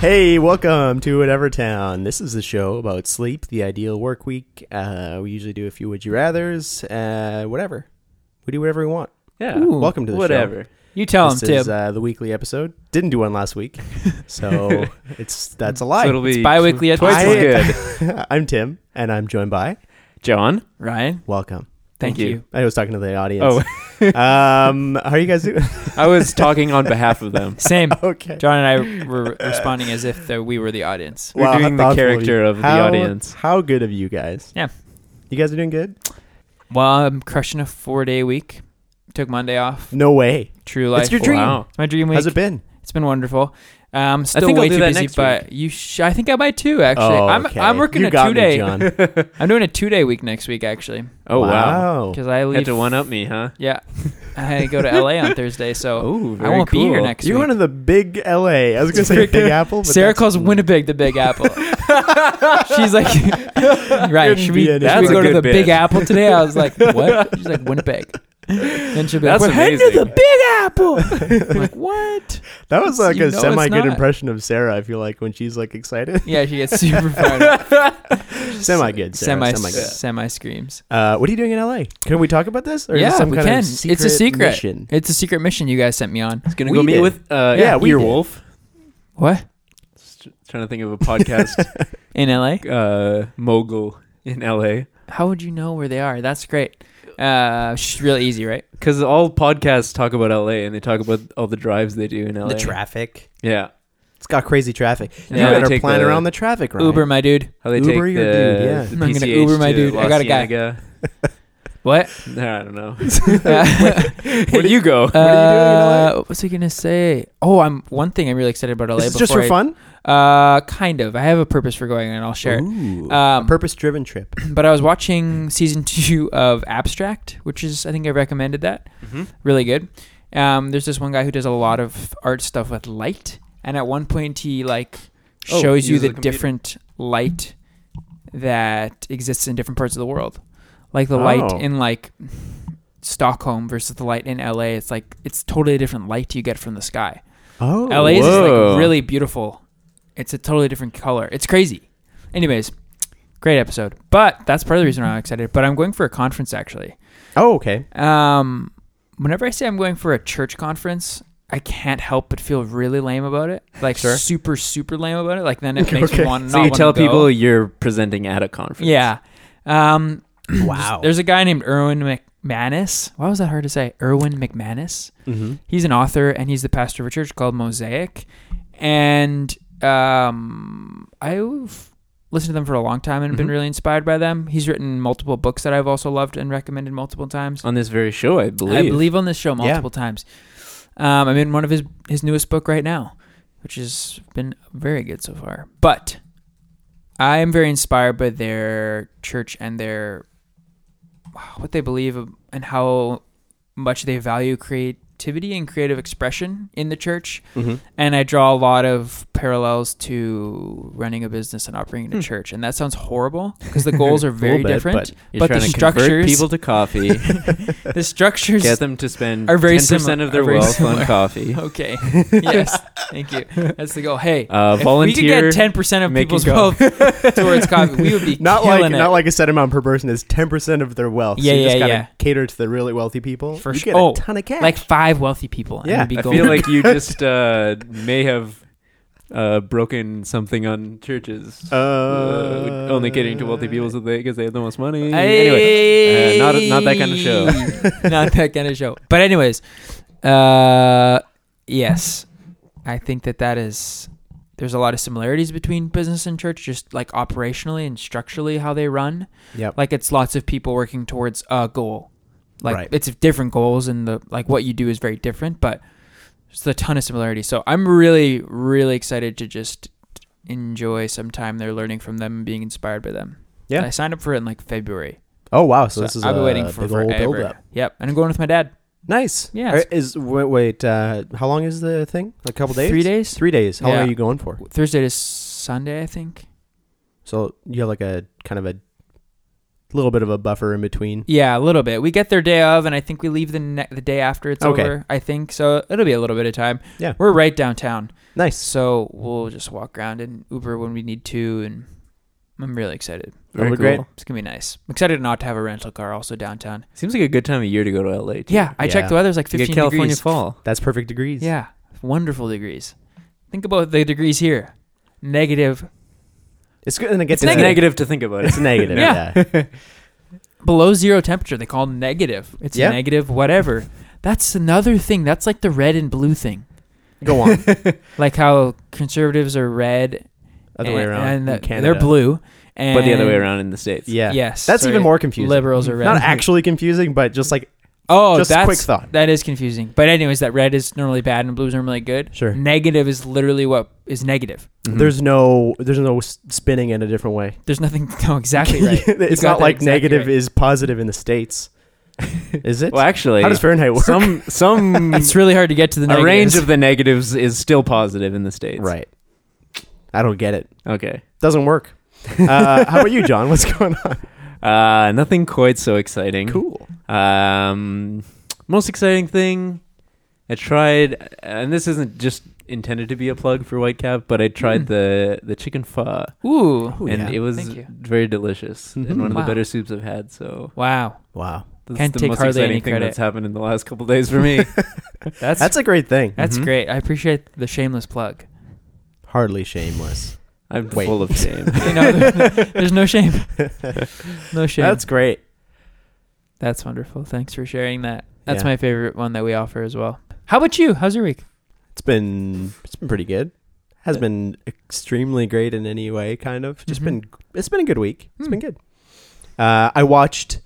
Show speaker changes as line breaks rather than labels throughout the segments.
Hey, welcome to Whatever Town. This is the show about sleep, the ideal work week. Uh, we usually do a few would you rather's, uh, whatever. We do whatever we want.
Yeah.
Welcome to the show.
whatever.
You tell
this
him, Tib.
is uh, the weekly episode. Didn't do one last week, so it's that's a lie.
So it'll be
bi-weekly
twice
at
as
the
good.
I'm Tim, and I'm joined by
John,
Ryan,
welcome.
thank,
you.
you.
I was talking to the audience.
Oh.
um, how are you guys doing?
I was talking on behalf of them.
Same.
okay.
John and I were responding as if though we were the audience.
We're
Wow,
doing
how
the
thoughtful
character
you-
of the
how-
audience.
How good of you guys?
Yeah.
You guys are doing good.
Well, I'm crushing a four-day week. Took Monday off.
No way.
True life.
your dream.
Wow.
It's my dream week.
How's it been?
It's been wonderful. Um, still
think I'll
way
do
too
that
busy,
next
but you. Sh- I think I buy two actually.
Oh,
I'm
okay.
I'm working
You
a
got me,
two-day.
John.
I'm doing a two-day week next week actually
Oh wow.
wow.
because I
Had
leave.
to one up me, huh?
Yeah, I go to LA on Thursday, so
Oh,
I won't be here next
You're
week.
one of the big LA. I was gonna say Big Apple, but
Sarah
that's-
calls Winnipeg the Big Apple. She's like, right? Should
be
we, should
any
better.
we go to
That's a
the
good
Big
bit.
Apple today? I was like, what? She's like Winnipeg. Then she'll be
That's
like, we're heading to the
amazing.
Big Apple. I'm like, what?
that was like
You
a
know
semi
it's
good
not.
impression of Sarah. I feel like when she's like excited,
Yeah, she gets super fired up.
semi good,
Semi,
semi good.
semi screams.
Uh, what are you doing in LA? Can we talk about this? Or is
Yeah,
this some
we
kind
can.
Of secret
it's a secret.
Mission?
It's a secret mission you guys sent me on.
It's gonna
We
go meet
did.
with uh,
Yeah, we did.
Earwolf.
What
Just Trying to think of a podcast
in LA?
uh, mogul in LA
How would you know where they are? That's great. Uh, sh- really easy, right?
because all podcasts talk about LA and they talk about all the drives they do in LA.
The traffic.
Yeah,
It's got crazy traffic. You
Yeah, they
better
take
plan
the-
around the traffic. Ryan.
Uber, my dude.
how they
Uber
take
your
the,
dude, yeah.
the
I'm gonna
PCH
Uber my
to
dude. I
La
got a guy.
Cienega.
What?
I don't know.
what
you go?
What
are you doing in
Uh, what was I gonna say? Oh, I'm one thing I'm really excited about LA.
Is this just
before
for fun?
I- uh, kind of. I have a purpose for going, and I'll share it.
Ooh,
Um,
purpose driven trip.
but I was watching season two of Abstract, which is I think I recommended that.
Mm-hmm.
Really good. Um, there's this one guy who does a lot of art stuff with light, and at one point he like
Oh,
shows you
uses
the
a computer.
different light that exists in different parts of the world, like the
Oh.
light in like Stockholm versus the light in LA. It's like it's totally different light you get from the sky.
Oh,
LA is just
whoa.
like really beautiful. It's a totally different color. It's crazy. Anyways, great episode. But that's part of the reason why I'm excited. But I'm going for a conference actually.
Oh, okay.
Um, whenever I say I'm going for a church conference, I can't help but feel really lame about it. Like
Sure.
super, super lame about it. Like then it makes
Okay.
me want
So
not
you
wanna
tell
go.
people you're presenting at a conference. Oh.
Yeah. Um,
Wow.
there's a guy named Erwin McManus. Why was that hard to say? Erwin McManus.
hmm
He's an author and he's the pastor of a church called Mosaic. And um, I've listened to them for a long time and been
Mhm.
really inspired by them. He's written multiple books that I've also loved and recommended multiple times.
on this very show, I believe.
I believe on this show multiple times. Um, I'm in one of his his newest book right now, which has been very good so far. But I am very inspired by their church and their what they believe and how much they value creativity and creative expression in the church.
Mm-hmm.
hmm
And I draw a lot of parallels to running a business and operating a church. And that sounds horrible because the goals are very
bit,
different.
but
You're
but
trying
the
to convert
structures-
people to coffee,
The structures
get them to spend
Are
ten
very
percent
similar-
of their
are very
wealth on
similar.
coffee.
Okay. yes. Thank you. That's the goal. Hey,
Uh,
if we could
volunteer.
get ten percent of
make it
people's
go.
wealth towards coffee, we would be
Not like
killing it.
not like a set amount per person is ten percent of their wealth.
Yeah,
so you
yeah,
just gotta
yeah.
Cater to the really wealthy people.
For
you
sure.
get
Oh,
a ton of cash.
Like five wealthy people.
Yeah,
and we'd be
I
golden.
feel like you just uh, may have uh, broken something on churches.
uh,
Uh, only catering to wealthy people so they because they have the most money. Anyway,
Hey.
uh, not- not that kind of show.
not that kind of show. But anyways, uh, yes, I think that that is. There's a lot of similarities between business and church, just like operationally and structurally how they run.
Yep.
like it's lots of people working towards a goal like
Right.
it's different goals and the like what you do is very different but there's a ton of similarities so i'm really really excited to just enjoy some time there learning from them and being inspired by them
Yeah.
i signed up for it in like february
oh wow. So this is
i've
a
been waiting for
big old
forever
build up.
yep and i'm going with my dad
Nice.
Yeah.
Are- Is wait, wait uh, how long is the thing? A couple days.
three days
Three days. How
Yeah.
long are you going for?
thursday to sunday i think
So you have like a kind of a little bit of a buffer in between.
Yeah, a little bit. We get their day of, and I think we leave the ne- the day after it's
Okay.
over. I think so. It'll be a little bit of time.
Yeah.
we're right downtown,
Nice.
so we'll just walk around and Uber when we need to. And I'm really excited.
That'll
Very
be great.
cool.
It's gonna be nice. I'm excited not to have a rental car also downtown.
Seems like a good time of year to go to LA. Too.
Yeah, I
Yeah.
checked the weather's like
You
15
get California
degrees.
fall.
That's perfect degrees.
Yeah, wonderful degrees. Think about the degrees here. Negative
It's good. And it gets
It's negative.
negative.
to think about.
It's
It.
negative.
Yeah.
yeah.
below zero temperature. They call negative. It's
Yeah.
negative whatever. That's another thing. That's like the red and blue thing.
Go on.
Like how conservatives are red
Other way
and-
around.
and
in
the-
Canada.
they're blue. And
but the other way around in the states.
Yeah.
Yes,
That's
sorry.
even more confusing.
Liberals are red.
Not actually confusing, but just like
Oh,
just
that's
quick thought.
that is confusing. But anyways, that red is normally bad and blue is normally good.
Sure.
Negative is literally what is negative.
Mhm.
There's no there's no s- spinning in a different way.
There's nothing. No, exactly right. You
it's
got
not
that
like
exactly
negative
right.
is positive in the states. Is it?
Mm-hmm. Well, actually,
How does Fahrenheit work?
some some
It's really hard to get to the
a range
negatives.
of the negatives is still positive in the states.
right. I don't get it.
Okay.
Doesn't work. Uh, how about you, John? What's going on?
Uh, nothing quite so exciting.
Cool.
Um, most exciting thing I tried, and this isn't just intended to be a plug for Whitecap, but I tried
Mm.
the the chicken pho,
Ooh.
Ooh,
and
yeah.
it was
Thank you.
very delicious
Mhm.
and one of
Wow.
the better soups I've had. So
Wow.
Wow.
that's
Can't
the
take
most
hardly
exciting
any
thing
credit.
that's happened in the last couple days for me.
That's that's,
That's a great thing.
Mhm.
great. I appreciate the shameless plug.
Hardly shameless.
I'm
Wait.
full of shame.
You know, there's no shame. No shame.
That's
That's
great.
that's wonderful. Thanks for sharing that. That's
Yeah.
my favorite one that we offer as well. How about you? How's your week?
It's been it's been pretty good. Has been extremely great in any way, kind of. Just
Mhm.
been it's been a good week. It's
Hmm.
been good. Uh, I watched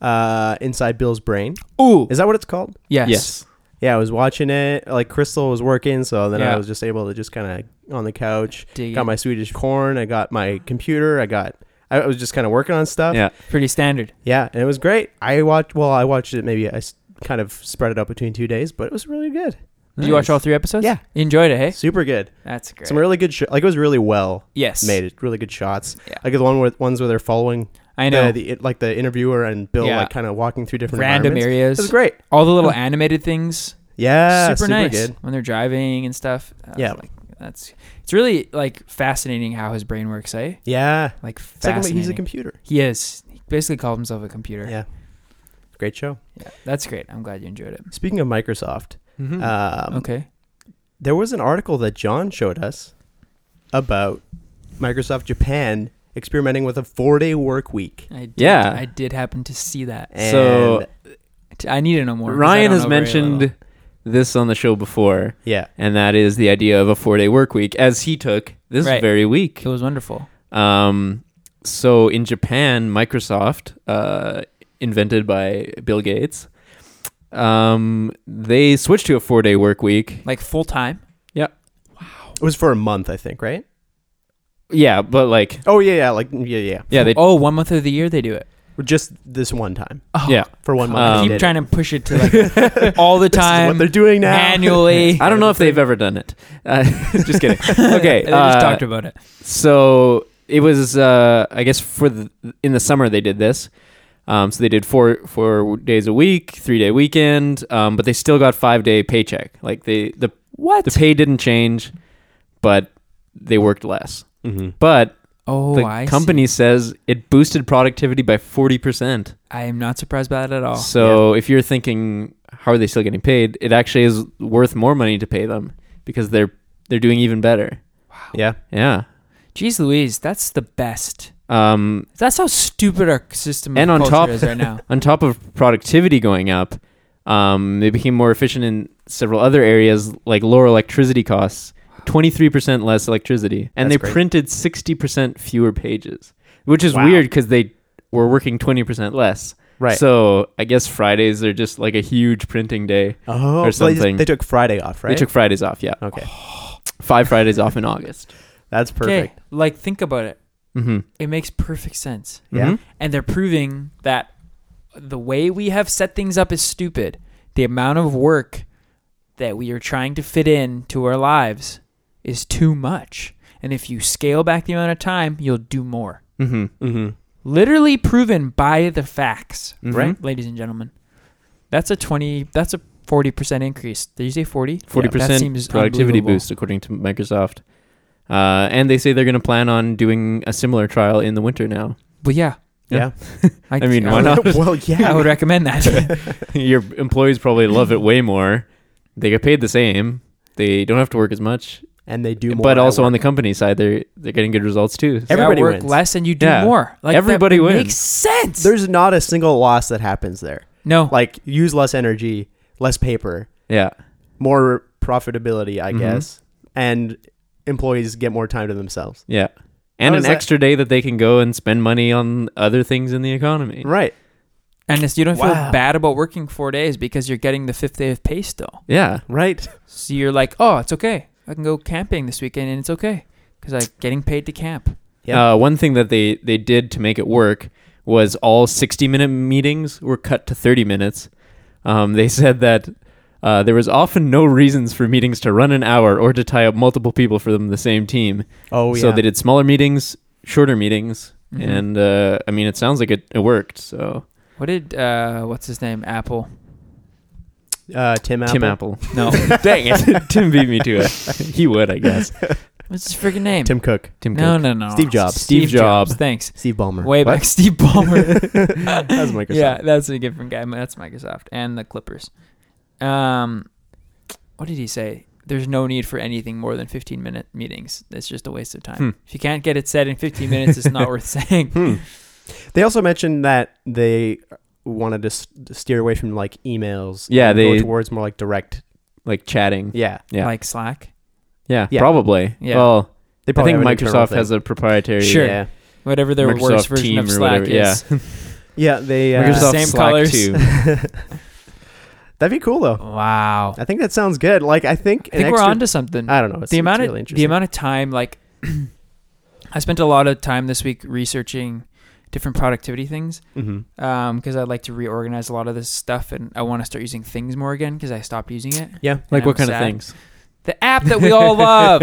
uh, Inside Bill's Brain.
Ooh.
Is that what it's called?
Yes.
yes.
Yeah, I was watching it. Like Crystal was working, so then I
Yeah.
was just able to just kind of on the couch.
Dig
Got
it.
my Swedish corn. I got my computer. I got. I was just kind of working on stuff.
Yeah.
Pretty standard.
Yeah, and it was great. I watched. Well, I watched it. Maybe I s- kind of spread it out between two days, but it was really good.
Did you watch all three episodes?
Yeah.
You enjoyed it, hey?
Super good.
That's great.
Some really good. Sh- like it was really well
yes.
made. It really good shots.
Yeah.
Like the one with ones where they're following.
I know.
The, the it- like the interviewer and Bill
Yeah.
like kind of walking through different
Random
environments. It was
areas.
great.
All the little animated things.
Yeah,
super, nice.
good.
When they're driving and stuff. I was
Yeah.
Like, that's it's really like fascinating how his brain works, eh?
Yeah,
Like
it's like
fascinating.
he's a computer.
he is. He basically called himself a computer.
Yeah, great show.
Yeah, that's great. I'm glad you enjoyed it.
Speaking of Microsoft,
Mm-hmm.
Mhm.
um,
Mm. Okay.
there was an article that John showed us about Microsoft Japan experimenting with a four-day work week.
I did,
Yeah.
I did happen to see that.
And
So-
T- I need to know more. 'cause I
Ryan
don't
has
know very little.
mentioned this on the show before,
yeah,
and that is the idea of a four day work week, as he took this
Right.
very week.
it was wonderful.
Um, so in Japan, Microsoft, uh, invented by Bill Gates, um, they switched to a four day work week.
Like full time.
it was for a month, I think, right?
Yeah, but like,
Oh yeah, yeah, like yeah, yeah,
yeah, they
Oh, one month of the year they do it.
just this one time
Oh,
Yeah.
for one month.
Um,
they
keep
did
trying to push it to like all the
it. This is
time.
what they're doing now.
manually.
I don't know if they've ever done it. Uh, just kidding. Okay,
they just
uh,
talked about it.
So it was, uh, I guess, for the, in the summer they did this. Um, so they did four four days a week, three day weekend, um, but they still got five day paycheck. Like they the
What?
the pay didn't change, but they worked less.
mm-hmm.
But
oh,
the
I see.
company says it boosted productivity by forty percent.
I am not surprised by that at all.
So if you're thinking how are they still getting paid, it actually is worth more money to pay them because they're they're doing even better.
Yeah,
Yeah.
Jeez Louise, that's the best.
Um,
That's how stupid our system of
And on
culture
top-
is right now.
on top of productivity going up, um, they became more efficient in several other areas, like lower electricity costs, 23% less electricity, and
That's
they
great.
printed 60% fewer pages, which is
Wow.
weird because they were working 20% less.
right.
So I guess Fridays are just like a huge printing day.
oh,
or
so they just-
something.
They, took Friday off, right?
They took Fridays off, yeah.
okay,
Five Fridays off in August.
that's perfect.
Okay, like think about it.
Mm-hmm.
It makes perfect sense.
Yeah.
and they're proving that the way we have set things up is stupid. The amount of work that we are trying to fit in to our lives is too much. And if you scale back the amount of time, you'll do more.
hmm
Mm-hmm.
literally proven by the facts,
Mhm.
Right.
ladies and gentlemen. That's a twenty. That's a forty percent increase. Did you say forty?
Forty
That
percent
seems
productivity
unbelievable.
boost, according to Microsoft. Uh, and they say they're going to plan on doing a similar trial in the winter now.
Well, yeah.
Yeah.
I mean, why
would-
not?
well, yeah.
I would recommend that.
Your employees probably love it way more. They get paid the same. They don't have to work as much.
and they do more.
But also
at
on
work.
the company side, they're they're getting good results too. So-
Every- Everybody
you work
wins.
less and you do
Yeah.
more. Like that
Everybody wins.
Makes sense.
there's not a single loss that happens there.
no.
Like use less energy, less paper,
yeah,
more profitability, I
Mhm.
guess, and employees get more time to themselves.
yeah. And
How
an
is that-
extra day that they can go and spend money on other things in the economy.
Right.
and it's, you don't
Wow.
feel bad about working four days because you're getting the fifth day of pay still.
Yeah.
Right.
So you're like, oh, it's okay. I can go camping this weekend and it's okay because I'm getting paid to camp.
Yeah.
Uh, one thing that they, they did to make it work was all 60 minute meetings were cut to 30 minutes. Um, they said that uh, there was often no reasons for meetings to run an hour or to tie up multiple people for them the same team.
Oh yeah.
So they did smaller meetings, shorter meetings,
Mhm.
and uh, I mean it sounds like it, it worked. So
What did uh, what's his name? Apple.
uh, Tim Apple.
Tim Apple,
No,
dang it, Tim beat me to it. he would, I guess.
what's his freaking name?
Tim Cook.
Tim
no,
Cook.
no, no.
Steve Jobs.
Steve Jobs.
Thanks.
Steve Ballmer.
Way
What?
back, Steve Ballmer.
that was Microsoft.
yeah, that's a different guy. That's Microsoft and the Clippers. Um, what did he say? There's no need for anything more than 15 minute meetings. It's just a waste of time.
Hmm.
If you can't get it said in 15 minutes, it's not worth saying.
Hmm. They also mentioned that they wanted to s- steer away from like emails.
Yeah,
and
they-
go towards more like direct.
Like chatting.
Yeah,
Yeah.
Like Slack.
Yeah,
Yeah.
probably.
Yeah.
Well,
they
I think
have an internal
Microsoft
thing.
has a proprietary. uh,
Sure.
Yeah,
Whatever their
Microsoft
worst version
Team
of
or
Slack
whatever,
is.
yeah. They uh,
Microsoft
Same
Slack
colors.
too.
That'd be cool though.
Wow.
I think that sounds good. Like I think
I think
an
we're
extra,
on to something.
I don't know. It's,
the amount
it's really
of
interesting.
the amount of time like I spent a lot of time this week researching different productivity things
Mm-hmm.
Mhm.
because I'd like to reorganize a lot of this stuff and I want to start using things more again because I stopped using it.
Yeah.
Like
I'm
what kind
sad.
of things?
The app that we all love,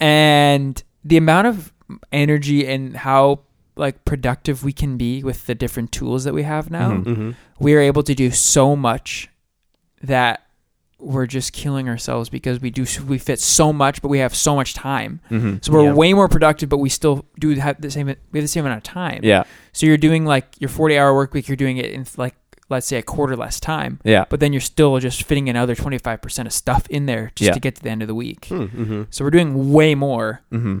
and the amount of energy and how like productive we can be with the different tools that we have now.
Mhm.
Mhm.
we are able to do so much that we're just killing ourselves because we do we fit so much, but we have so much time.
Mm-hmm.
So we're
Yeah.
way more productive, but we still do have the same. We have the same amount of time.
Yeah,
So you're doing like your 40 hour work week. You're doing it in like let's say a quarter less time,
yeah,
but then you're still just fitting another 25 percent of stuff in there just
Yeah.
to get to the end of the week.
Hmm, mhm.
So we're doing way more
hmm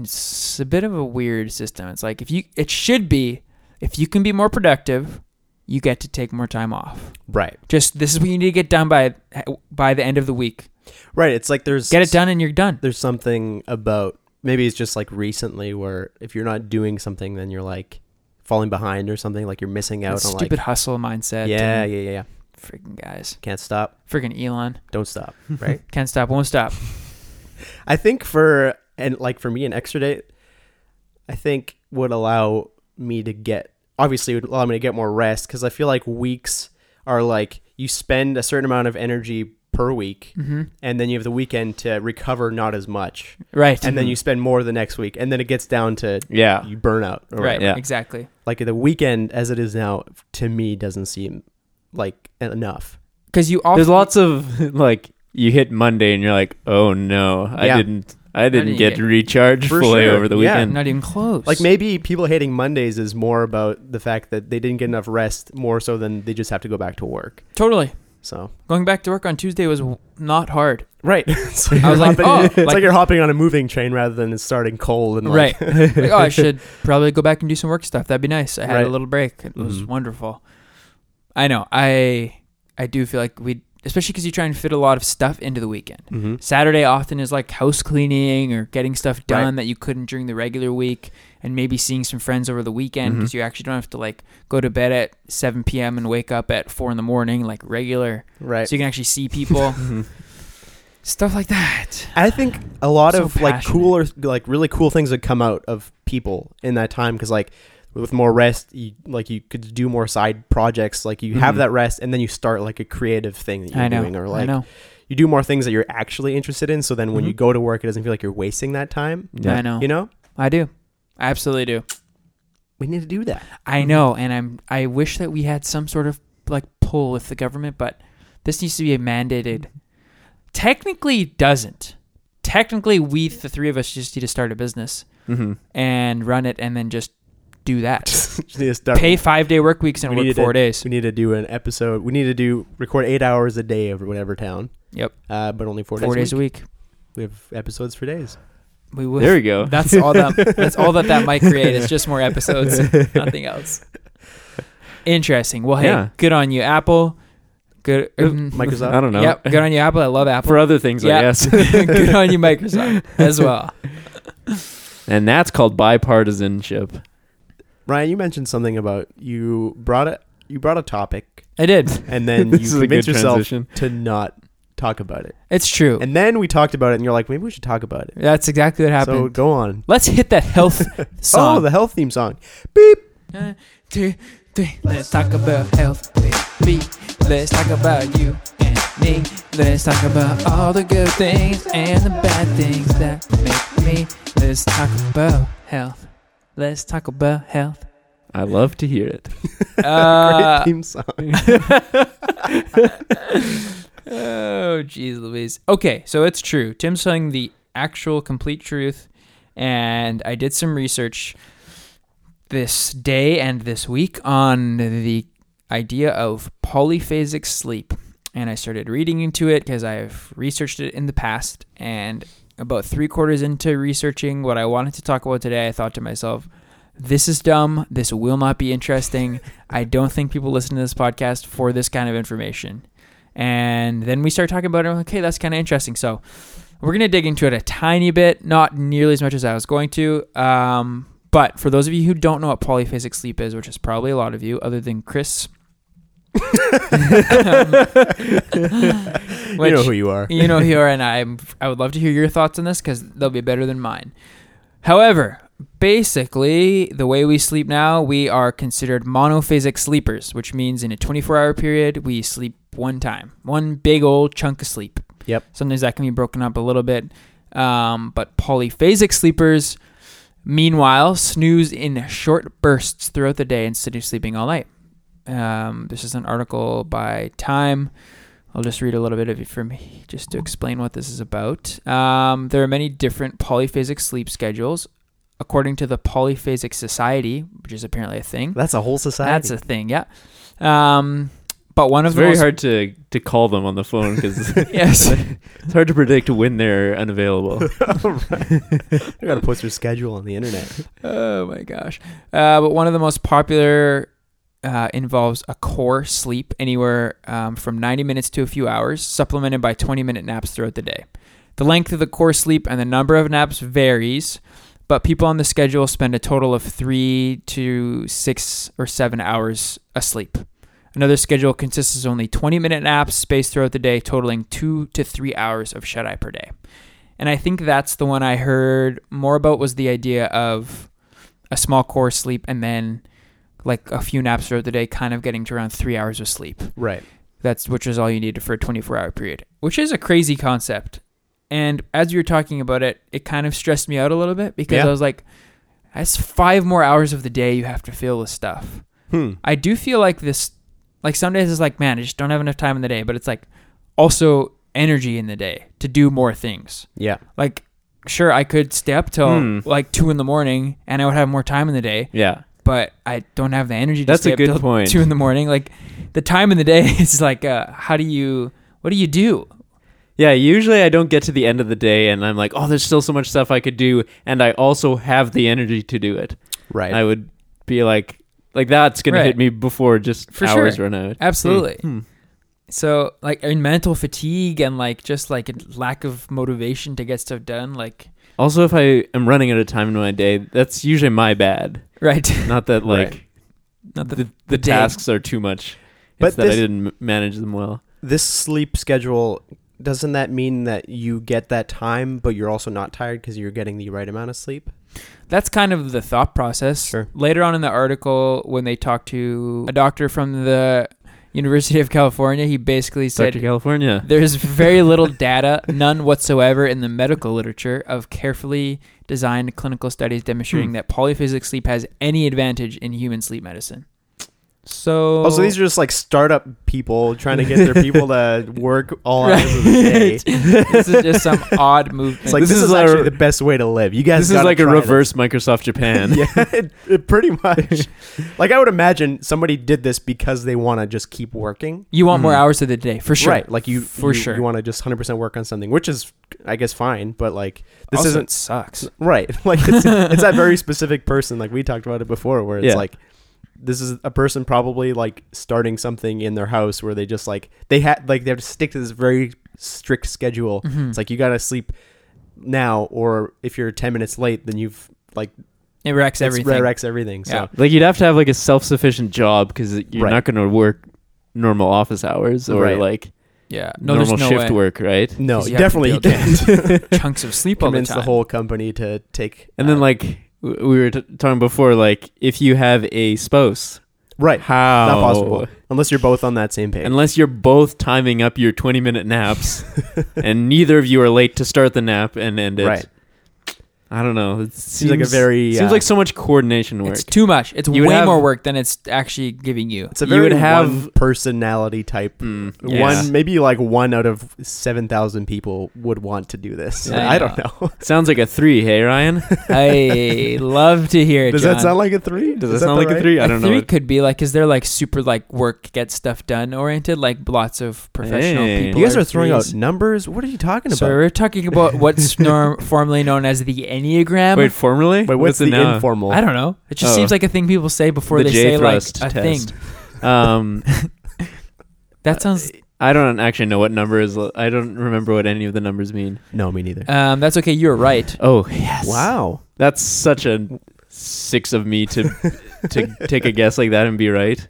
it's a bit of a weird system. It's like if you it should be if you can be more productive, you get to take more time off.
Right.
Just this is what you need to get done by by the end of the week.
Right. It's like there's
Get it done and you're done.
There's something about maybe it's just like recently where if you're not doing something, then you're like falling behind or something. Like you're missing
That
out on
stupid
like
hustle mindset.
yeah, yeah,
and
yeah, yeah.
Freaking guys.
Can't stop.
Freaking Elon.
Don't stop. Right.
Can't stop, won't stop.
I think for and like for me an extra day, I think would allow me to get obviously would allow me to get more rest because I feel like weeks are like you spend a certain amount of energy per week
hmm
and then you have the weekend to recover not as much
Right.
and then
Mhm.
you spend more the next week and then it gets down to
yeah.
you burn out or
right.
whatever.
Yeah.
Exactly.
like the weekend as it is now to me doesn't seem like enough
Because you often
There's lots of like you hit Monday and you're like, oh no, I
Yeah.
didn't, I didn't
didn't
get
get-
recharged
For
fully
sure,
over the
yeah.
weekend.
not even close.
like maybe people hating mondays is more about the fact that they didn't get enough rest more so than they just have to go back to work
totally.
So
Going back to work on Tuesday was w- not hard.
right, it's like,
I was
you're
like,
hopping-
oh,
it's like,
like-
you're hopping on a moving train rather than it's starting cold and like,
right. Like, oh, I should probably go back and do some work stuff. That'd be nice. I had
Right.
a little break. It was
Mhm.
wonderful. I know. I I do feel like we, especially because you try and fit a lot of stuff into the weekend.
Mhm.
Saturday often is like house cleaning or getting stuff done
Right.
that you couldn't during the regular week, and maybe seeing some friends over the
Mhm.
weekend
Mm-hmm.
because you actually don't have to like go to bed at 7 p.m. and wake up at four in the morning like regular,
right. Mm-hmm.
so you can actually see people, stuff like that.
I think a lot
So
of like
passionate.
cooler, like really cool things would come out of people in that time because like with more rest, you like you could do more side projects. Like you have
Mhm.
that rest, and then you start like a creative thing that you're
Mm-hmm. I know.
doing, or
I
like
know. Mm-hmm.
you do more things that you're actually interested in. So then when
Mhm.
you go to work, it doesn't feel like you're wasting that time.
Yeah.
I know.
You know?
I do. I absolutely do.
We need to do that.
I know, and I'm. I wish that we had some sort of like pull with the government, but this needs to be a mandated. Technically, it doesn't. Technically, we the three of us just need to start a business
Mm-hmm.
and run it, and then just do that.
Just need to start.
Pay five day work weeks and
We
work
need
four
to-
days.
We need to do an episode. We need to do record eight hours a day of whatever town.
Yep.
Uh, but only four,
Four, days, a week.
week. We have episodes for days.
We would.
There we go.
That's all that. That's all that that might create. It's just more episodes, nothing else. Interesting. Well, hey,
Yeah.
good on you, Apple. Good. um,
Microsoft.
I don't know.
Yep. Good on you, Apple. I love Apple.
For other things, I
Yeah.
guess.
good on you, Microsoft, as well.
and that's called bipartisanship.
Ryan, you mentioned something about you brought a you brought a topic
I did.
and then you
This is a
convinced
good
yourself
transition.
to not talk about it.
It's true.
And then we talked about it and you're like, maybe we should talk about it.
That's exactly what
So
happened.
go on.
Let's hit that health song.
Oh, the health theme song. Beep.
One, two, three. Let's talk about health with me. Let's talk about you and me. Let's talk about all the good things and the bad things that make me. Let's talk about health. Let's talk about health.
I love to hear it.
Great
Uh,
theme song.
oh, jeez Louise. Okay, so it's true. Tim's telling the actual complete truth, and I did some research this day and this week on the idea of polyphasic sleep. And I started reading into it because I've researched it in the past. And about three quarters into researching what I wanted to talk about today, I thought to myself, this is dumb. This will not be interesting. I don't think people listen to this podcast for this kind of information. And then we start talking about it. I'm like, Okay, that's kind of interesting. So we're going to dig into it a tiny bit, not nearly as much as I was going to. Um, but for those of you who don't know what polyphasic sleep is, which is probably a lot of you, other than Chris, um,
you know who you are.
you know, Hior and I, I'm- I would love to hear your thoughts on this because they'll be better than mine. However, basically, the way we sleep now, we are considered monophasic sleepers, which means in a 24 hour period, we sleep one time, one big old chunk of sleep.
Yep.
Sometimes that can be broken up a little bit. Um, but polyphasic sleepers, meanwhile, snooze in short bursts throughout the day instead of sleeping all night. Um, this is an article by Time. I'll just read a little bit of it from he- just to explain what this is about. Um, there are many different polyphasic sleep schedules. According to the Polyphasic Society, which is apparently a thing.
That's a whole society.
That's a thing, yeah. Um, but one
It's
of the
very
most-
hard to, to call them on the phone because
Yes.
it's hard to predict when they're unavailable.
I gotta post your schedule on the internet.
oh my gosh. Uh, but one of the most popular uh, involves a core sleep, anywhere um, from 90 minutes to a few hours, supplemented by 20 minute naps throughout the day. The length of the core sleep and the number of naps varies, but people on the schedule spend a total of three to six or seven hours asleep. Another schedule consists of only 20 minute naps spaced throughout the day, totaling two to three hours of shut eye per day. And I think that's the one I heard more about was the idea of a small core sleep and then like a few naps throughout the day, kind of getting to around three hours of sleep.
Right.
That's which is all you need for a 24 hour period, which is a crazy concept. And as you were talking about it, it kind of stressed me out a little bit because
Yeah.
I was like, that's five more hours of the day you have to fill with stuff.
Hmm.
I do feel like this, like some days it's like, man, I just don't have enough time in the day, but it's like also energy in the day to do more things.
Yeah.
Like, sure, I could stay up till
Hmm.
like two in the morning and I would have more time in the day,
Yeah.
but I don't have the energy to
That's
stay
a
up
good
till
point.
two in the morning. Like, the time in the day is like, uh, how do you, what do you do?
Yeah, usually I don't get to the end of the day and I'm like, oh, there's still so much stuff I could do. And I also have the energy to do it.
Right.
I would be like, like that's going
Right.
to hit me before just
For
hours
sure.
run out.
Absolutely.
Hmm.
So, like, in mental fatigue and like just like a lack of motivation to get stuff done, like,
Also, if I am running out of time in my day, that's usually my bad.
right?
Not that like
Right.
Not the,
the, the
day.
tasks are too much.
But
It's that I
this-
didn't m- manage them well.
this sleep schedule doesn't that mean that you get that time but you're also not tired because you're getting the right amount of sleep
That's kind of the thought process.
Sure.
Later on in the article, when they talked to a doctor from the University of California, he basically
Dr.
said
California.
there's very little data, none whatsoever, in the medical literature of carefully designed clinical studies demonstrating
Hmm.
that polyphasic sleep has any advantage in human sleep medicine. So,
Oh, so these are just like startup people trying to get their people to work all hours of the day.
Right. this is just some odd movement.
It's like
This
this,
is
is,
our-
actually the best way to live. You guys,
This is
gotta
like a
try this.
reverse Microsoft Japan.
Yeah, it, it pretty much. like I would imagine somebody did this because they want to just keep working.
you want more
Mhm.
hours of the day for sure.
Hmm. Right, like you
for
you-
sure.
you want to just hundred percent work on something, which is I guess fine, but like this
Also,
isn't
it sucks.
right. Like it's, it's that very specific person. Like we talked about it before, where it's
Yeah.
like this is a person probably like starting something in their house where they just like they had like they have to stick to this very strict schedule.
Mhm.
It's like you gotta sleep now, or if you're ten minutes late, then you've like
It wrecks
it's
everything.
wrecks everything. So
Yeah.
Like you'd have to have like a self-sufficient job because you're
Right.
not going to work normal office hours or
Right.
like
Yeah, no,
normal
there's no
shift
way.
work, right?
no,
'Cause you have to
definitely
be
you
able to
can't.
Chunks of sleep all the
convince
time.
the whole company to take
And then
uh,
like w- we were t- talking before, like if you have a spouse,
right,
how
not possible unless you're both on that same page.
Unless you're both timing up your 20 minute naps and neither of you are late to start the nap and end it.
Right.
I don't know. It
Seems like a very,
seems
uh,
like so much coordination work.
It's too much. It's
You would
way
have-
more work than it's actually giving you.
It's a
you
very
would have-
one personality type.
Mm,
Yeah.
One maybe like one out of seven thousand people would want to do this.
Yeah.
I don't know.
Sounds like a three, hey Ryan?
I love to hear it.
Does that
John.
sound like a three?
Does
Is
that sound
the
like a
right-
three? I
A
don't
three
know.
could be like, is there like super like work get stuff done oriented? Like lots of professional
Hey.
people.
You guys are throwing out
threes.
numbers. What are you talking
So
about?
we're talking about what's norm- formerly known as the enneagram.
Wait, formally?
But what's
it
the
now?
informal?
I don't know. It just
Oh.
seems like a thing people say before
The
they say like
J-thrust
a
test.
thing.
um,
That sounds.
I don't actually know what number is. I don't remember what any of the numbers mean.
no, me neither.
Uh,
Um, that's okay. You're right.
Oh yes!
wow.
that's such a six of me to to take a guess like that and be right.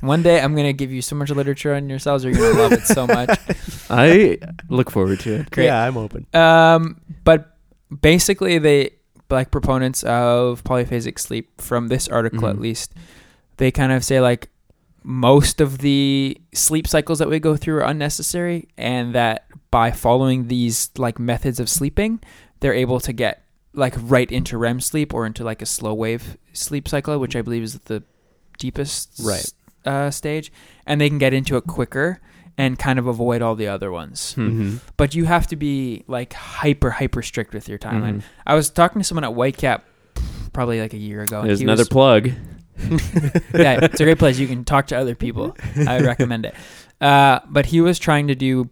One day I'm gonna give you so much literature on yourselves. You're gonna love it so much.
I look forward to it.
Great.
Yeah, I'm open.
Um, but basically, they like proponents of polyphasic sleep from this article, at
Mhm.
least. They kind of say like most of the sleep cycles that we go through are unnecessary, and that by following these like methods of sleeping, they're able to get like right into REM sleep or into like a slow wave sleep cycle, which I believe is the deepest s-
Right.
uh, stage, and they can get into it quicker and kind of avoid all the other ones
Mm-hmm.
but you have to be like hyper hyper strict with your timeline.
Mm-hmm.
I was talking to someone at Whitecap probably like a year ago. and
There's
Oh, he
another
was-
plug.
yeah, it's a great place. You can talk to other people. I recommend it. Uh, but he was trying to do,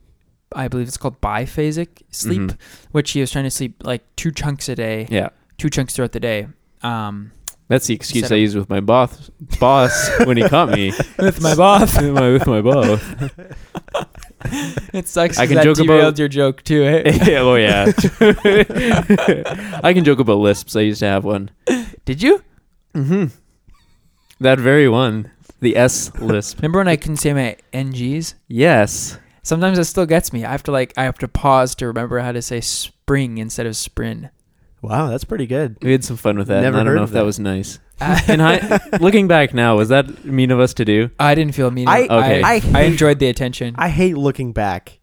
I believe it's called biphasic sleep,
Mhm.
which he was trying to sleep like two chunks a day,
Yeah,
two chunks throughout the day. Um,
that's the excuse
Set
I
up-
used with my boss boss when he caught me
with my boss,
with my, with my boss.
it sucks.
I
'cause
can
that
joke about-
derailed your joke too. eh?
Yeah, oh yeah, I can joke about lisps. I used to have one.
Did you
Mm-hmm. That very one, the S lisp.
remember when I couldn't say my ngs?
Yes.
Sometimes it still gets me. I have to like I have to pause to remember how to say spring instead of sprin.
Wow, that's pretty good.
We had some fun with that.
Never
and I don't
heard
know
of
if that
that.
was nice. and I, looking back now, was that mean of us to do?
I didn't feel mean.
I-
Okay.
I,
I
I
hate-
enjoyed the attention.
I hate looking back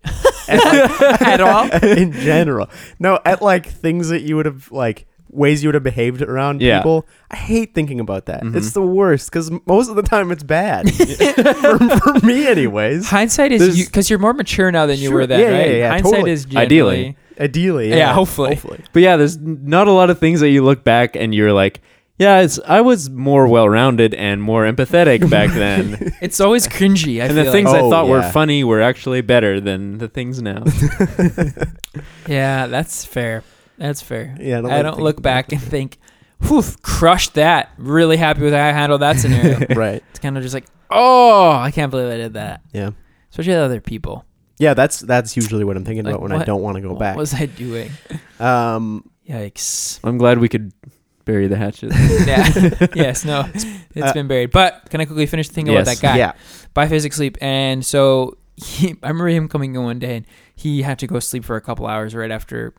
At all?
in general. No, at like things that you would have like ways you would have behaved around
Yeah.
people. I hate thinking about that.
Mhm.
It's the worst because most of the time it's bad for, for me, anyways.
Hindsight is
There's-
you because you're more mature now than you
Sure.
were then,
Yeah, yeah,
right?
yeah,
Hindsight
totally.
is generally,
Ideally.
Ideally,
Yeah, hopefully.
But yeah, there's not a lot of things that you look back and you're like, yeah, it's, I was more well rounded and more empathetic back then.
It's always cringy. I
and
feel
the things
like.
I
Oh,
thought were
yeah.
funny were actually better than the things now.
Oh, yeah, that's fair. That's fair.
Yeah, I don't
I
like
don't
thinking
look
about
back and think, "Whew, crushed that." Really happy with how I handled that scenario.
right.
it's kind of just like, "Oh, I can't believe I did that."
Yeah.
especially with other people.
Yeah, that's that's usually what I'm thinking
Like,
about when
what-
I don't want to go
what
back.
was I doing?
um,
Yikes.
I'm glad we could bury the hatchet.
yeah. yes, no. It's
Uh,
been buried. But can I quickly finish the thing about
Yes.
that guy?
Yeah.
Biphasic sleep. And so he, I remember him coming in one day and he had to go sleep for a couple hours right after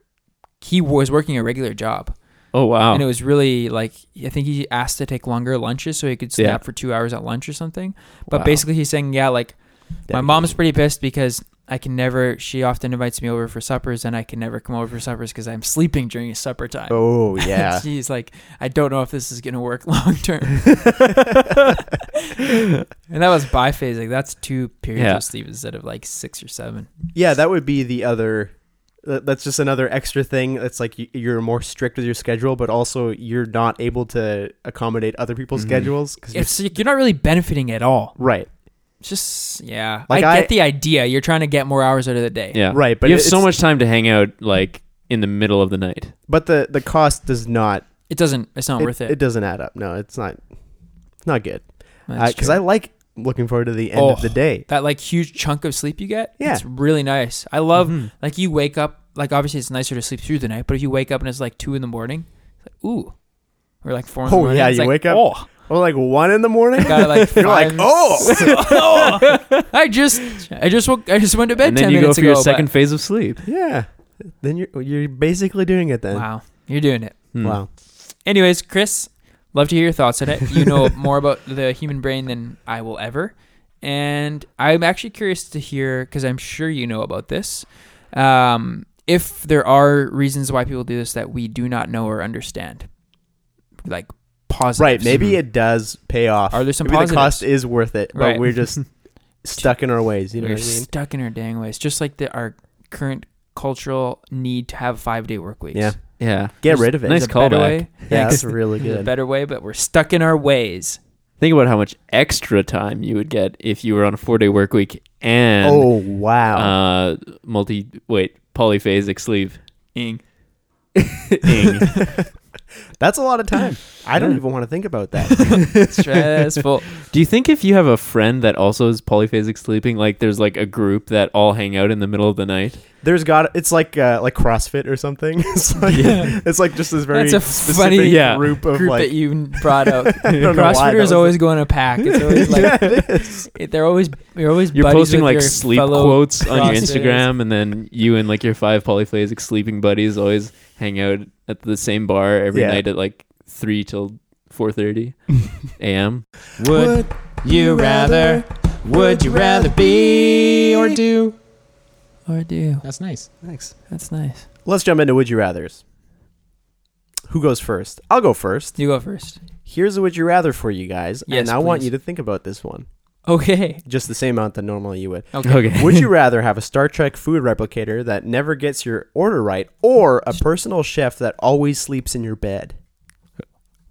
he was working a regular job.
Oh, wow.
And it was really like, I think he asked to take longer lunches so he could snap
Yeah.
for two hours at lunch or something. But
Wow.
basically, he's saying, yeah, like, my
Dedicated.
mom's pretty pissed because I can never. She often invites me over for suppers, and I can never come over for suppers because I'm sleeping during supper time.
Oh yeah.
She's like, I don't know if this is gonna work long term. and that was biphasic. That's two periods
Yeah.
of sleep instead of like six or seven.
Yeah, that would be the other. that- That's just another extra thing. It's like y- you're more strict with your schedule, but also you're not able to accommodate other people's
Mm-hmm.
Mhm.
schedules. 'cause you're-
It's like you're not really benefiting at all.
right,
It's just yeah.
Like
I,
I-
get the idea. You're trying to get more hours out of the day.
Yeah.
right, but
But you have so
it's-
much time to hang out like in the middle of the night.
But the the cost does not.
It doesn't. It's not
it,
worth
It
it.
doesn't add up. No, it's not. It's not good.
That's
Because
true.
I like looking forward to the end of
Oh.
the day.
that like huge chunk of sleep you get.
Yeah. Mm-hmm.
It's really nice. I love
Mhm.
like you wake up like obviously it's nicer to sleep through the night, but if you wake up and it's like two in the morning, it's like ooh. Or like four in the
Oh,
morning.
yeah,
it's
you
like,
wake up-
Oh,
Or like one in the morning.
got like
You're like,
five-
oh,
oh, I just I just woke, I just went to bed
and
ten
then you go
minutes
for your
ago, but-
second phase of sleep.
yeah. Then you're you're basically doing it. Then
Wow, you're doing it.
Hmm.
Wow.
Anyways, Chris, love to hear your thoughts on it. You know more about the human brain than I will ever, and I'm actually curious to hear because I'm sure you know about this. Um, if there are reasons why people do this that we do not know or understand, like Mm-hmm. positives,
Right.
Mm-hmm.
Maybe it does pay off.
Are there some
maybe the cost
positives?
is worth it, but
Right.
we're just stuck in our ways. You know
we're
what I mean?
stuck in our dang ways, just like the, our current cultural need to have five day work weeks.
Yeah.
Yeah.
Get
There's-
rid of it.
Nice
There's a better
callback.
way.
yeah,
Thanks.
that's really
There's a
good.
better way, but we're stuck in our ways.
Think about how much extra time you would get if you were on a four day work week and
Oh wow!
uh, multi wait polyphasic sleep.
Ing.
Ing.
that's a lot of time. I don't
Yeah.
even want to think about that.
Stressful.
Do you think if you have a friend that also is polyphasic sleeping, like there's like a group that all hang out in the middle of the night?
There's got it's like uh, like CrossFit or something. It's like
Yeah.
it's like just this very
That's a
specific
funny
Yeah.
group of
group
like
that you brought up.
I don't know why that was-
CrossFitters always go in a pack. It's always like
yeah, it is.
it- they're always you're always
You're
buddies
posting
with
like
your
sleep
fellow
quotes on your
CrossFitters.
Instagram, and then you and like your five polyphasic sleeping buddies always hang out at the same bar every
Yeah.
night at like three till four thirty a.m.
Would you rather? Would you rather be or do?
Or Oh, do
That's nice.
Thanks.
that's nice.
Let's jump into would you rather's. Who goes first? I'll go first.
You go first.
Here's a would you rather for you guys,
Yes,
and I want
please.
you to think about this one
Okay.
just the same amount that normally you would.
Okay.
Okay.
Would you rather have a Star Trek food replicator that never gets your order right or a personal chef that always sleeps in your bed?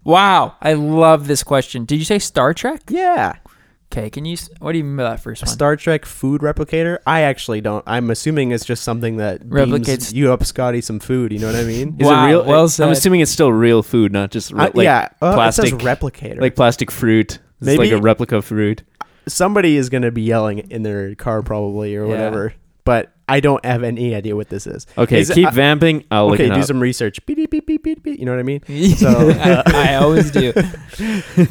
Wow. I love this question. Did you say Star Trek?
Yeah.
Okay. Can you? s- What do you mean by that first
A
one?
Star Trek food replicator? I actually don't. I'm assuming it's just something that beams
Replicates-
you up, Scotty, some food. You know what I mean?
Is
Wow,
it real?
well
I'm
said.
assuming it's still real food, not just re-
I-
like
yeah. Uh, It
plastic,
says replicator.
like
Like
plastic fruit. It's
Maybe-
like a replica fruit.
somebody is going to be yelling in their car probably or
Yeah.
whatever. But I don't have any idea what this is.
Okay,
Is it-
keep
I-
vamping. I'll look
okay,
it
do
up.
some research. Beep, beep, beep, beep, beep, beep. You know what I mean?
so I, I always do.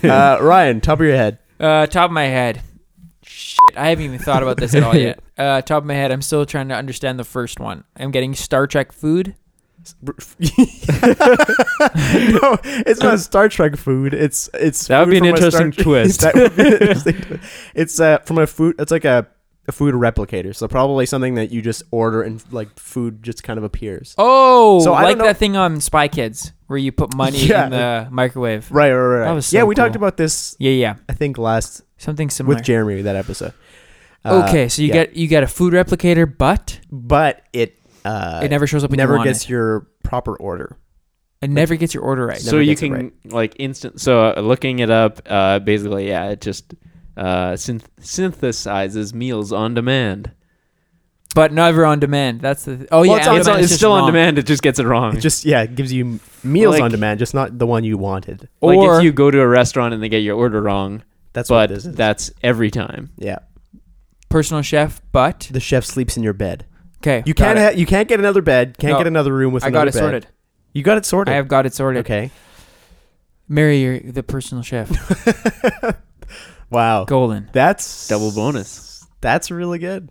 Uh, Ryan, top of your head.
Uh, top of my head. Shit, I haven't even thought about this at all yet. Uh, top of my head, I'm still trying to understand the first one. I'm getting Star Trek food.
no, it's not Star Trek food. It's it's
That would
food
be an
from a Star
interesting
Trek-
twist.
that would be an interesting twist. It's uh, from a food. It's like a, a food replicator. So probably something that you just order and like food just kind of appears.
Oh,
So I don't
like
know-
that thing on Spy Kids where you put money
Yeah.
in the microwave.
Right, right, right. right.
That was so
yeah, we talked
cool.
about this.
Yeah, yeah,
I think last
something similar.
with Jeremy that episode. Uh,
okay, so you
yeah.
get you get a food replicator, but
but it uh,
it never shows up. When
never
you want
gets
it.
your proper order.
it never gets your order right.
so
never
you
gets it
can
right.
like instant. So uh, looking it up, uh, basically, yeah, it just uh, synth- synthesizes meals on demand.
but never on demand. That's the oh yeah,
it's on
and
it's,
demand,
on-
it's
it's
just
still on
wrong.
demand. It just gets it wrong.
It just yeah, it gives you meals
Like-
on demand, just not the one you wanted.
like
or-
if you go to a restaurant and they get your order wrong,
That's what
but
this is.
that's every time.
yeah,
Personal chef, but
the chef sleeps in your bed.
okay,
You
got
can't
it.
ha- you can't get another bed. Can't
No.
get another room with
I
another
got it
bed.
sorted.
You got it sorted.
I have got it sorted.
okay.
Marry your the personal chef,
Wow.
Golan.
That's
Double bonus.
That's really good.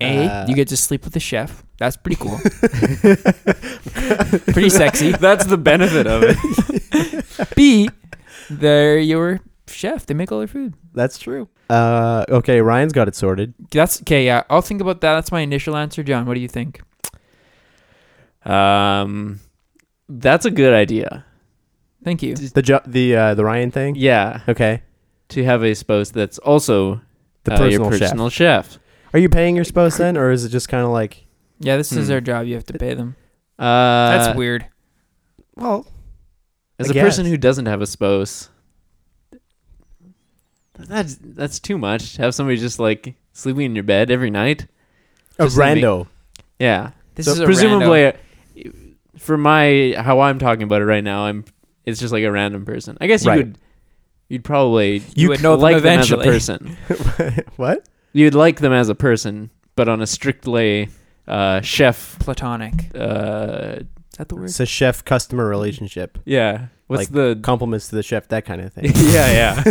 A,
Uh,
you get to sleep with the chef. That's pretty cool. pretty sexy.
that's the benefit of it.
B, they're your chef. They make all their food.
That's true. Uh, okay, Ryan's got it sorted.
That's okay. Yeah, I'll think about that. That's my initial answer, John. What do you think?
Um, that's a good idea.
Thank you.
The jo- the uh, the Ryan thing.
Yeah,
Okay.
to have a spouse that's also
The
uh,
personal,
your personal chef.
chef. Are you paying your spouse then, or is it just kind of like?
Yeah, this is
Hmm.
their job. You have to pay them.
Uh,
That's weird.
Well,
As
I
a person
guess.
who doesn't have a spouse, that's that's too much. To have somebody just like sleeping in your bed every night.
a
Just to make-
rando.
Yeah.
This
So
is a
presumably,
rando.
uh, for my how I'm talking about it right now, I'm it's just like a random person. I guess you
Right.
would you'd probably
You would know them
like
eventually.
them as a person.
what?
You'd like them as a person, but on a strictly uh, chef.
platonic.
Uh,
Is that the word?
It's a chef customer relationship.
yeah. What's
Like,
the
Compliments to the chef, that kind of thing.
yeah yeah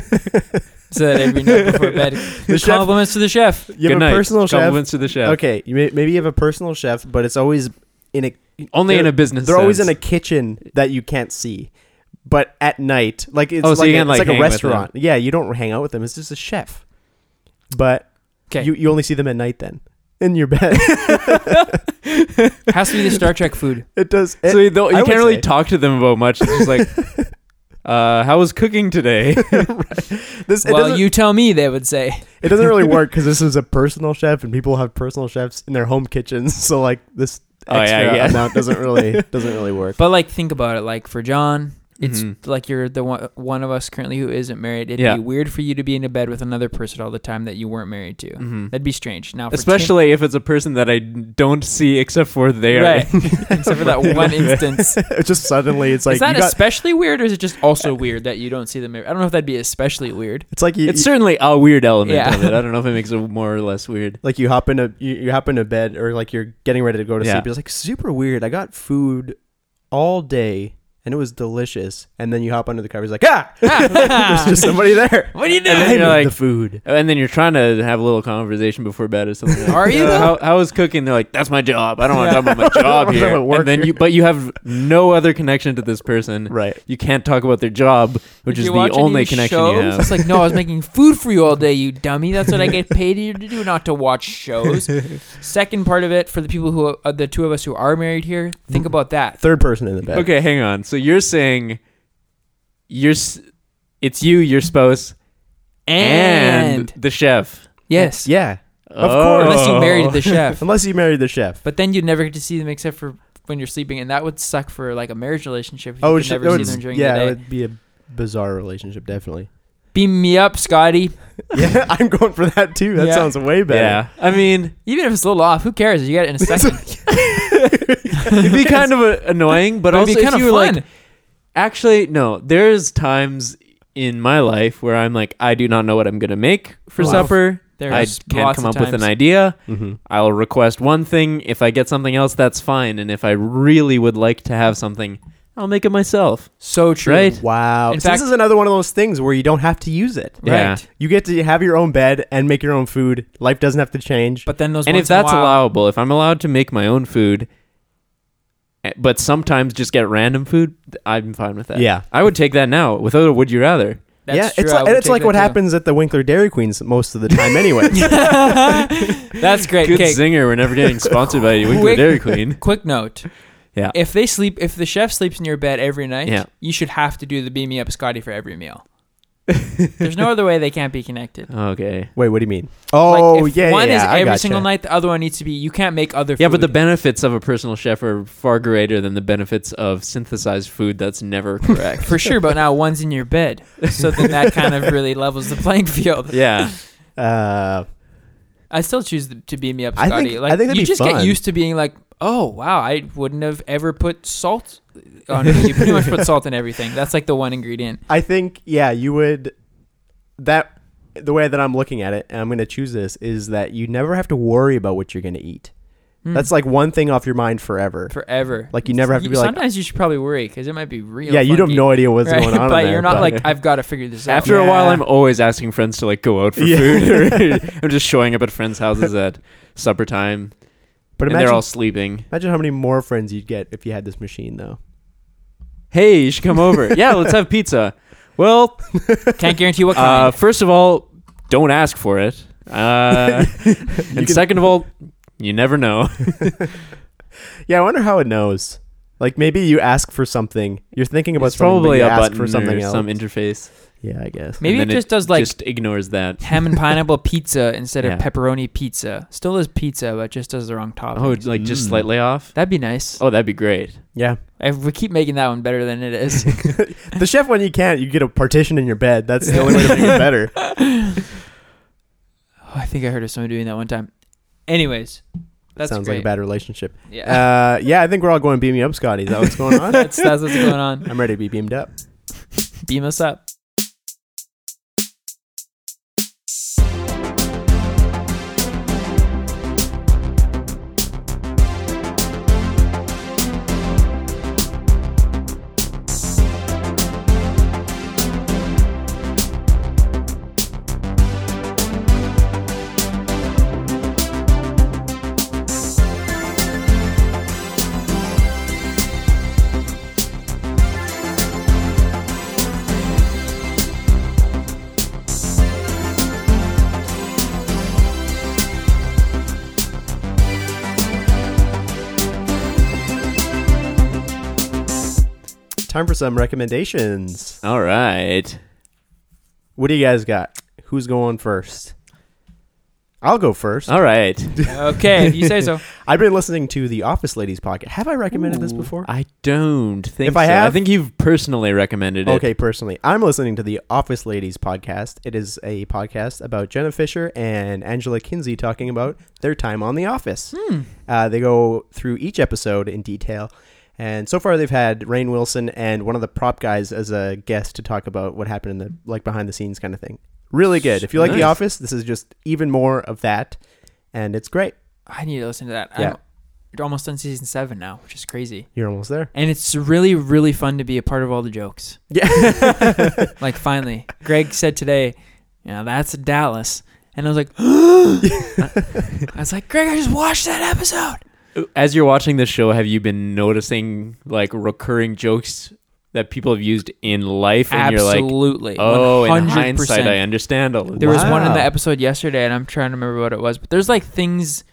Say that every night before bed.
The chef-
Compliments to the chef.
You
Good
have
night.
a personal chef.
compliments to the chef.
Okay, you may, maybe you have a personal chef, but it's always in a
Only in
they're-
a business.
They're always in a
sense.
kitchen that you can't see, but at night, like it's
Oh,
like,
so you
a,
can,
it's
like,
like a
hang with
restaurant. Yeah, you don't hang out with them. It's just a chef, but
Okay.
you you only see them at night then in your bed.
Has to be the Star Trek food.
it does.
so you, don't- you
Eh, I
can't
would
really
say.
talk to them about much. It's just like, uh, how was cooking today?
this it
well,
doesn't
you tell me, they would say.
it doesn't really work because this is a personal chef and people have personal chefs in their home kitchens. So like this
Oh, yeah, I
extra
guess.
amount doesn't really doesn't really work.
But like, think about it. Like for John, it's
Mhm.
like you're the one, one of us currently who isn't married. It'd
Yeah.
be weird for you to be in a bed with another person all the time that you weren't married to.
Mhm.
That'd be strange. Now, for Tim-
Especially if it's a person that I don't see except for there.
right, except for that one instance.
It's just suddenly it's like
is that
you got,
especially weird, or is it just also weird that you don't see them? every- I don't know if that'd be especially weird.
it's like you,
It's
you-
certainly a weird element
Yeah.
of it. I don't know if it makes it more or less weird.
like you hop into you, you hop into bed or like you're getting ready to go to
Yeah.
sleep. It's like super weird. I got food all day and it was delicious. And then you hop under the covers like ah, there's just somebody there.
What are you
And
doing?
I
You're
made
like-
the food.
And then you're trying to have a little conversation before bed or something. Like,
Are you,
"Uh,
though?
how, how was cooking? They're like, that's my job. I don't want to
Yeah.
talk about my
I don't
job
wanna talk
here.
about work
And then you,
here.
but you have no other connection to this person.
Right.
You can't talk about their job, which
Did
is
you
the
watch any
only
of these
connection you
shows?
have.
It's like, no, I was making food for you all day, you dummy. That's what I get paid here to do, not to watch shows. Second part of it, for the people who are the two of us who are married here,
Mm.
think about that.
Third person in the bed.
Okay, hang on. So you're saying you're s- it's you, your spouse, and,
And
the chef. Oh.
yes,
Yeah. Of course.
unless you married the chef,
Unless you married the chef.
but then you'd never get to see them except for when you're sleeping, and that would suck for like a marriage relationship. If you
Oh,
could
sh-
never
it
see
would-
them during
yeah,
the
it
day.
would be a bizarre relationship, definitely.
Beam me up, Scotty.
yeah, I'm going for that too. That
Yeah.
sounds way better.
Yeah, I mean,
Even if it's a little off, who cares? You got it in a second.
it'd be kind of a, annoying, but,
But it'd
also
be
if
kind of
you were
fun.
like, actually, no. There's times in my life where I'm like, I do not know what I'm gonna make for
Wow.
supper. I
There's
can't
lots
come
of
up with an
times.
idea.
Mhm.
I'll request one thing. If I get something else, that's fine. And if I really would like to have something, I'll make it myself.
So true.
Right?
Wow.
In
So
fact-
this is another one of those things where you don't have to use it.
Yeah.
Right.
You get to have your own bed and make your own food. Life doesn't have to change.
But then those
and if
once in a
that's
while-
allowable, if I'm allowed to make my own food, eh, but sometimes just get random food, th- I'm fine with that.
Yeah.
I would take that now without a would you rather.
That's
yeah,
true.
it's
I
like,
would
and it's
take
like
that
what
too.
happens at the Winkler Dairy Queens most of the time, anyway.
That's great.
Good
Okay,
zinger. We're never getting sponsored by Winkler
Quick-
Dairy Queen.
quick note.
Yeah.
If they sleep, if the chef sleeps in your bed every night,
Yeah.
you should have to do the beam me up, Scotty, for every meal. There's no other way they can't be connected.
Okay.
Wait, what do you mean? Oh,
like if
yeah,
One
yeah,
is
I
every
gotcha.
single night. The other one needs to be. You can't make other.
Yeah, but the
food.
benefits of a personal chef are far greater than the benefits of synthesized food that's never correct.
for sure. But now one's in your bed, so then that kind of really levels the playing field.
yeah.
Uh,
I still choose the, to beam me up,
I
Scotty.
think-
like
I think that'd
you
be
just get
fun.
used to being like, oh wow, I wouldn't have ever put salt. on it. You pretty much put salt in everything. That's like the one ingredient.
I think yeah, you would that the way that I'm looking at it, and I'm going to choose this is that you never have to worry about what you're going to eat.
Hmm.
That's like one thing off your mind forever.
forever.
Like you never have to be like,
Sometimes you should probably worry because it might be real.
yeah, you have
funky,
no idea what's
right?
going on. in
but
there,
you're not
but-
like I've got to figure this out.
After a while,
Yeah.
I'm always asking friends to like go out for
Yeah.
food. I'm just showing up at friends' houses at supper time,
But
and they're
imagine,
all sleeping.
imagine how many more friends you'd get if you had this machine, though.
Hey, you should come over. yeah, let's have pizza. Well,
Can't guarantee what
uh,
kind.
first of all, don't ask for it. Uh, and second of all, you never know.
Yeah, I wonder how it knows. Like maybe you ask for something. You're thinking about
It's
something, but
probably
you
a
ask
button
for something
or
else.
some interface.
yeah, I guess.
Maybe it
And then
just does like
just ignores that.
ham and pineapple pizza instead of
Yeah.
pepperoni pizza. Still is pizza, but just does the wrong topping.
Oh, like just
Mm.
slightly off.
That'd be nice.
Oh, that'd be great.
Yeah,
If we keep making that one better than it is.
the chef when you can't, you get a partition in your bed. That's the only way to make it better.
Oh, I think I heard of someone doing that one time. Anyways, that's
Sounds
great.
like a bad relationship.
Yeah,
Uh, yeah, I think we're all going beam me up, Scotty. Is that what's going on?
that's that's what's going on.
I'm ready to be beamed up.
Beam us up.
Time for some recommendations.
All right.
What do you guys got? Who's going first? I'll go first.
All right.
Okay, if you say so.
I've been listening to the Office Ladies podcast. Have I recommended this
Ooh,
before?
I don't think
If I
so. I
have-
think you've personally recommended it.
Okay, personally, I'm listening to the Office Ladies podcast. It is a podcast about Jenna Fisher and Angela Kinsey talking about their time on The Office.
Hmm.
Uh, they go through each episode in detail. And so far, they've had Rain Wilson and one of the prop guys as a guest to talk about what happened in the like behind the scenes kind of thing. Really good. If you like The
Nice.
Office, this is just even more of that, and it's great.
I need to listen to that.
Yeah.
I'm almost on season seven now, which is crazy.
You're almost there.
And it's really, really fun to be a part of all the jokes.
Yeah.
Like finally, Greg said today, you know, that's Dallas. And I was like, I was like, Greg, I just watched that episode.
As you're watching this show, have you been noticing like recurring jokes that people have used in life? And you're like,
Absolutely.
oh, in
100%.
hindsight, I understand all of
There was one in
Wow.
the episode yesterday, and I'm trying to remember what it was. But there's like things.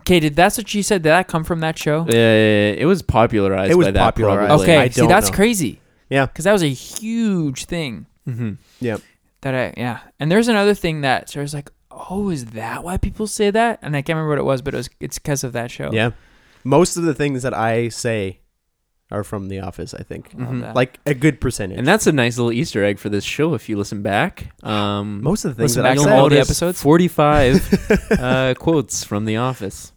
Okay, did that's what she said? Did that come from that show?
Uh, it was popularized
It was
by that.
popularized.
probably.
okay,
I
see
don't
that's
know.
crazy
yeah.
because that was a huge thing
Mhm.
that I yeah. And there's another thing that so I was like, oh, is that why people say that? And I can't remember what it was, but it was it's because of that show.
Yeah. Most of the things that I say are from The Office, I think.
Love
Mhm.
that.
Like a good percentage.
And that's a nice little Easter egg for this show. If you listen back, um,
Most of the things
Listen
that I
back
you'll
to all
say,
the
notice
episodes?
forty-five uh, quotes from The Office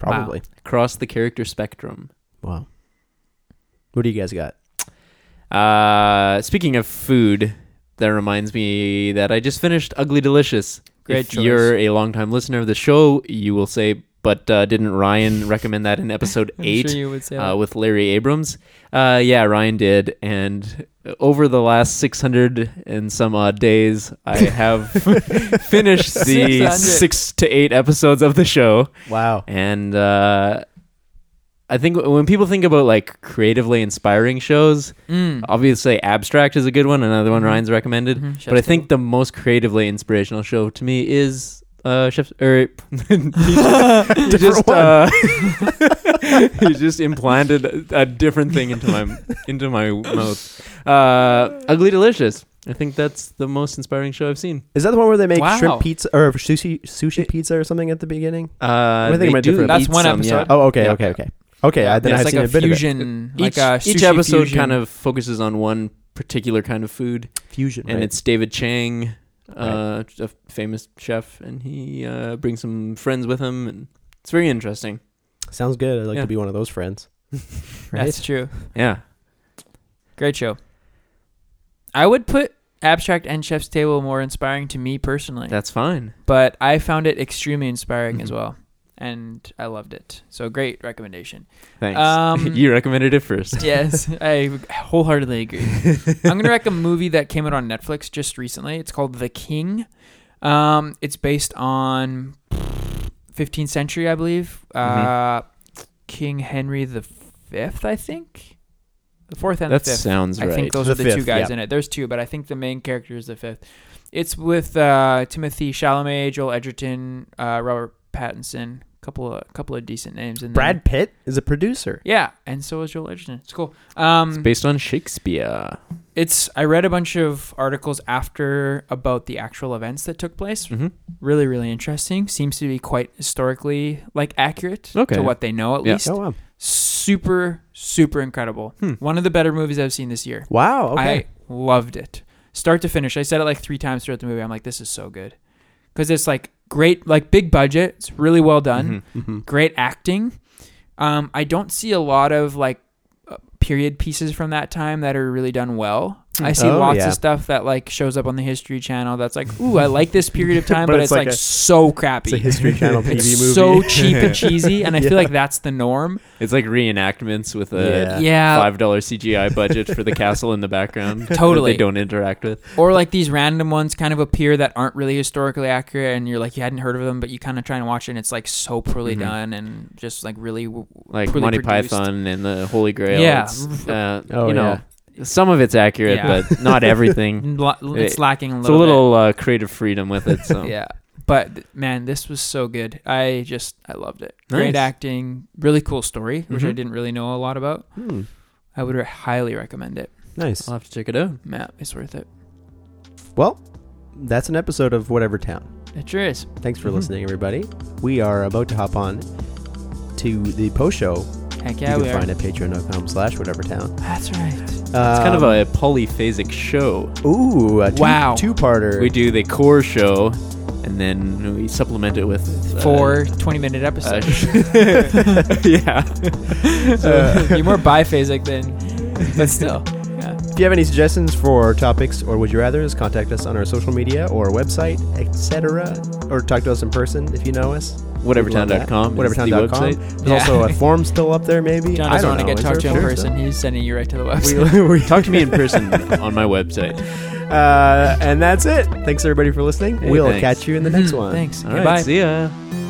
probably.
across the character spectrum.
Wow. What do you guys got?
Uh, speaking of food, that reminds me that I just finished Ugly Delicious.
Great
if
choice.
you're a longtime listener of the show, you will say, but uh, didn't Ryan recommend that in episode
I'm
eight?
sure you would say
uh, with Larry Abrams. Uh, yeah, Ryan did. And over the last 600 and some odd days, I have finished the
600.
six to eight episodes of the show.
Wow.
And uh, I think when people think about like creatively inspiring shows,
that. Mm.
obviously Abstract is a good one, another one
Mhm.
Ryan's recommended.
Mhm.
But I
Chef's
think the most creatively inspirational show to me is uh, Chef's or he just, he just, uh, he just implanted a, a different thing into my into my mouth. Uh, Ugly Delicious. I think that's the most inspiring show I've seen.
Is that the one where they make
Wow.
shrimp pizza or sushi sushi pizza or something at the beginning? What
Uh,
do you think
they
about
do
different-
eat
That's one
some,
episode.
yeah.
Oh, okay,
Yeah.
okay, okay. Okay, I, then
Yeah,
I've
it's like
seen
a
a, bit of it.
fusion, like a
e-, each, each
sushi
episode
fusion.
kind of focuses on one particular kind of food,
Fusion.
and
right.
it's David Chang, uh, a famous chef, and he uh, brings some friends with him, and it's very interesting.
sounds good. I'd like
Yeah.
to be one of those friends.
that's true.
Yeah.
Great show. I would put Abstract and Chef's Table more inspiring to me personally,
That's fine.
but I found it extremely inspiring as
Mhm.
well, and I loved it. So great recommendation.
Thanks.
Um,
you recommended it first.
yes, I wholeheartedly agree. I'm gonna recommend a movie that came out on Netflix just recently. It's called The King. Um, it's based on 15th century, I believe. Uh, King Henry the Fifth, I think, the fourth and
That
the fifth.
sounds
I
right.
think those
The
are the two
fifth,
guys
yeah.
in it. There's two, but I think the main character is the fifth. It's with uh, Timothy Chalamet, Joel Edgerton, uh, Robert Pattinson, couple of couple of decent names. And
Brad Pitt is a producer.
yeah, and so is Joel Edgerton. It's cool. Um,
It's based on Shakespeare.
it's I read a bunch of articles after about the actual events that took place.
Mhm.
Really, really interesting. Seems to be quite historically like accurate
Okay.
to what they know at
Yeah.
least.
Oh wow!
Super, super incredible.
Hmm.
One of the better movies I've seen this year.
Wow. Okay.
I loved it, start to finish. I said it like three times throughout the movie. I'm like, this is so good because it's like great, like big budget. It's really well done
Mhm.
Mhm.
great acting. Um, I don't see a lot of like uh, period pieces from that time that are really done well. I see
Oh,
lots
yeah.
of stuff that like shows up on the History Channel that's like, ooh, I like this period of time,
But
but,
it's
it's like,
like a-
so crappy.
It's a History Channel TV
It's
movie.
so cheap and cheesy, and I feel like that's the norm.
It's like reenactments with
Yeah.
a
Yeah,
five dollar CGI budget for the castle in the background. that
Totally.
they don't interact with.
or like these random ones kind of appear that aren't really historically accurate, and you're like you hadn't heard of them, but you kind of try and watch it, and it's like so poorly
Mm-hmm.
Mhm.
done and just like really w-
Like
poorly
Monty
produced.
Python and the Holy Grail.
Yeah.
It's, uh,
Oh,
you know, some of it's accurate,
Yeah.
but not
Mm-hmm.
everything.
Lo- It's
It-
lacking a little.
it's a
bit.
little uh, creative freedom with it. So
Yeah. But th- man, this was so good. I just I loved it. Great
Nice.
acting, really cool story, which I
Mm-hmm.
Mhm.
didn't really know a lot about.
Hmm.
I would re- highly recommend it.
Nice.
Uh,
I'll have to check it out.
Matt, it's worth it.
Well, that's an episode of Whatever Town.
It sure is.
Thanks for
Mhm.
listening, everybody. We are about to hop on to the post show.
Heck yeah,
you
we
can
are.
find it at patreon.com slash whatever town. Um,
That's right.
It's kind of
Um,
a polyphasic show.
ooh, a two,
Wow.
two-parter.
We do the core show, and then we supplement it with uh,
Four 20 minute
uh,
episodes.
yeah.
uh,
You're more biphasic than, but still. Yeah.
If you have any suggestions for topics or would you rather's, contact us on our social media or website, etc., or talk to us in person if you know us.
Whatevertown.com. is the
Whatevertown.com.
website.
There's
Yeah.
also a form still up there, maybe.
John
I
doesn't
don't
want to
know.
get
Is
talked to
there
in
a form
person. He's sending you right to the website.
still? We-
Talk to me in person on my website.
uh, and that's it. Thanks everybody for listening.
Hey,
we'll
thanks.
catch you in the next
Mhm.
one.
Thanks.
All
Okay,
right,
bye.
see ya.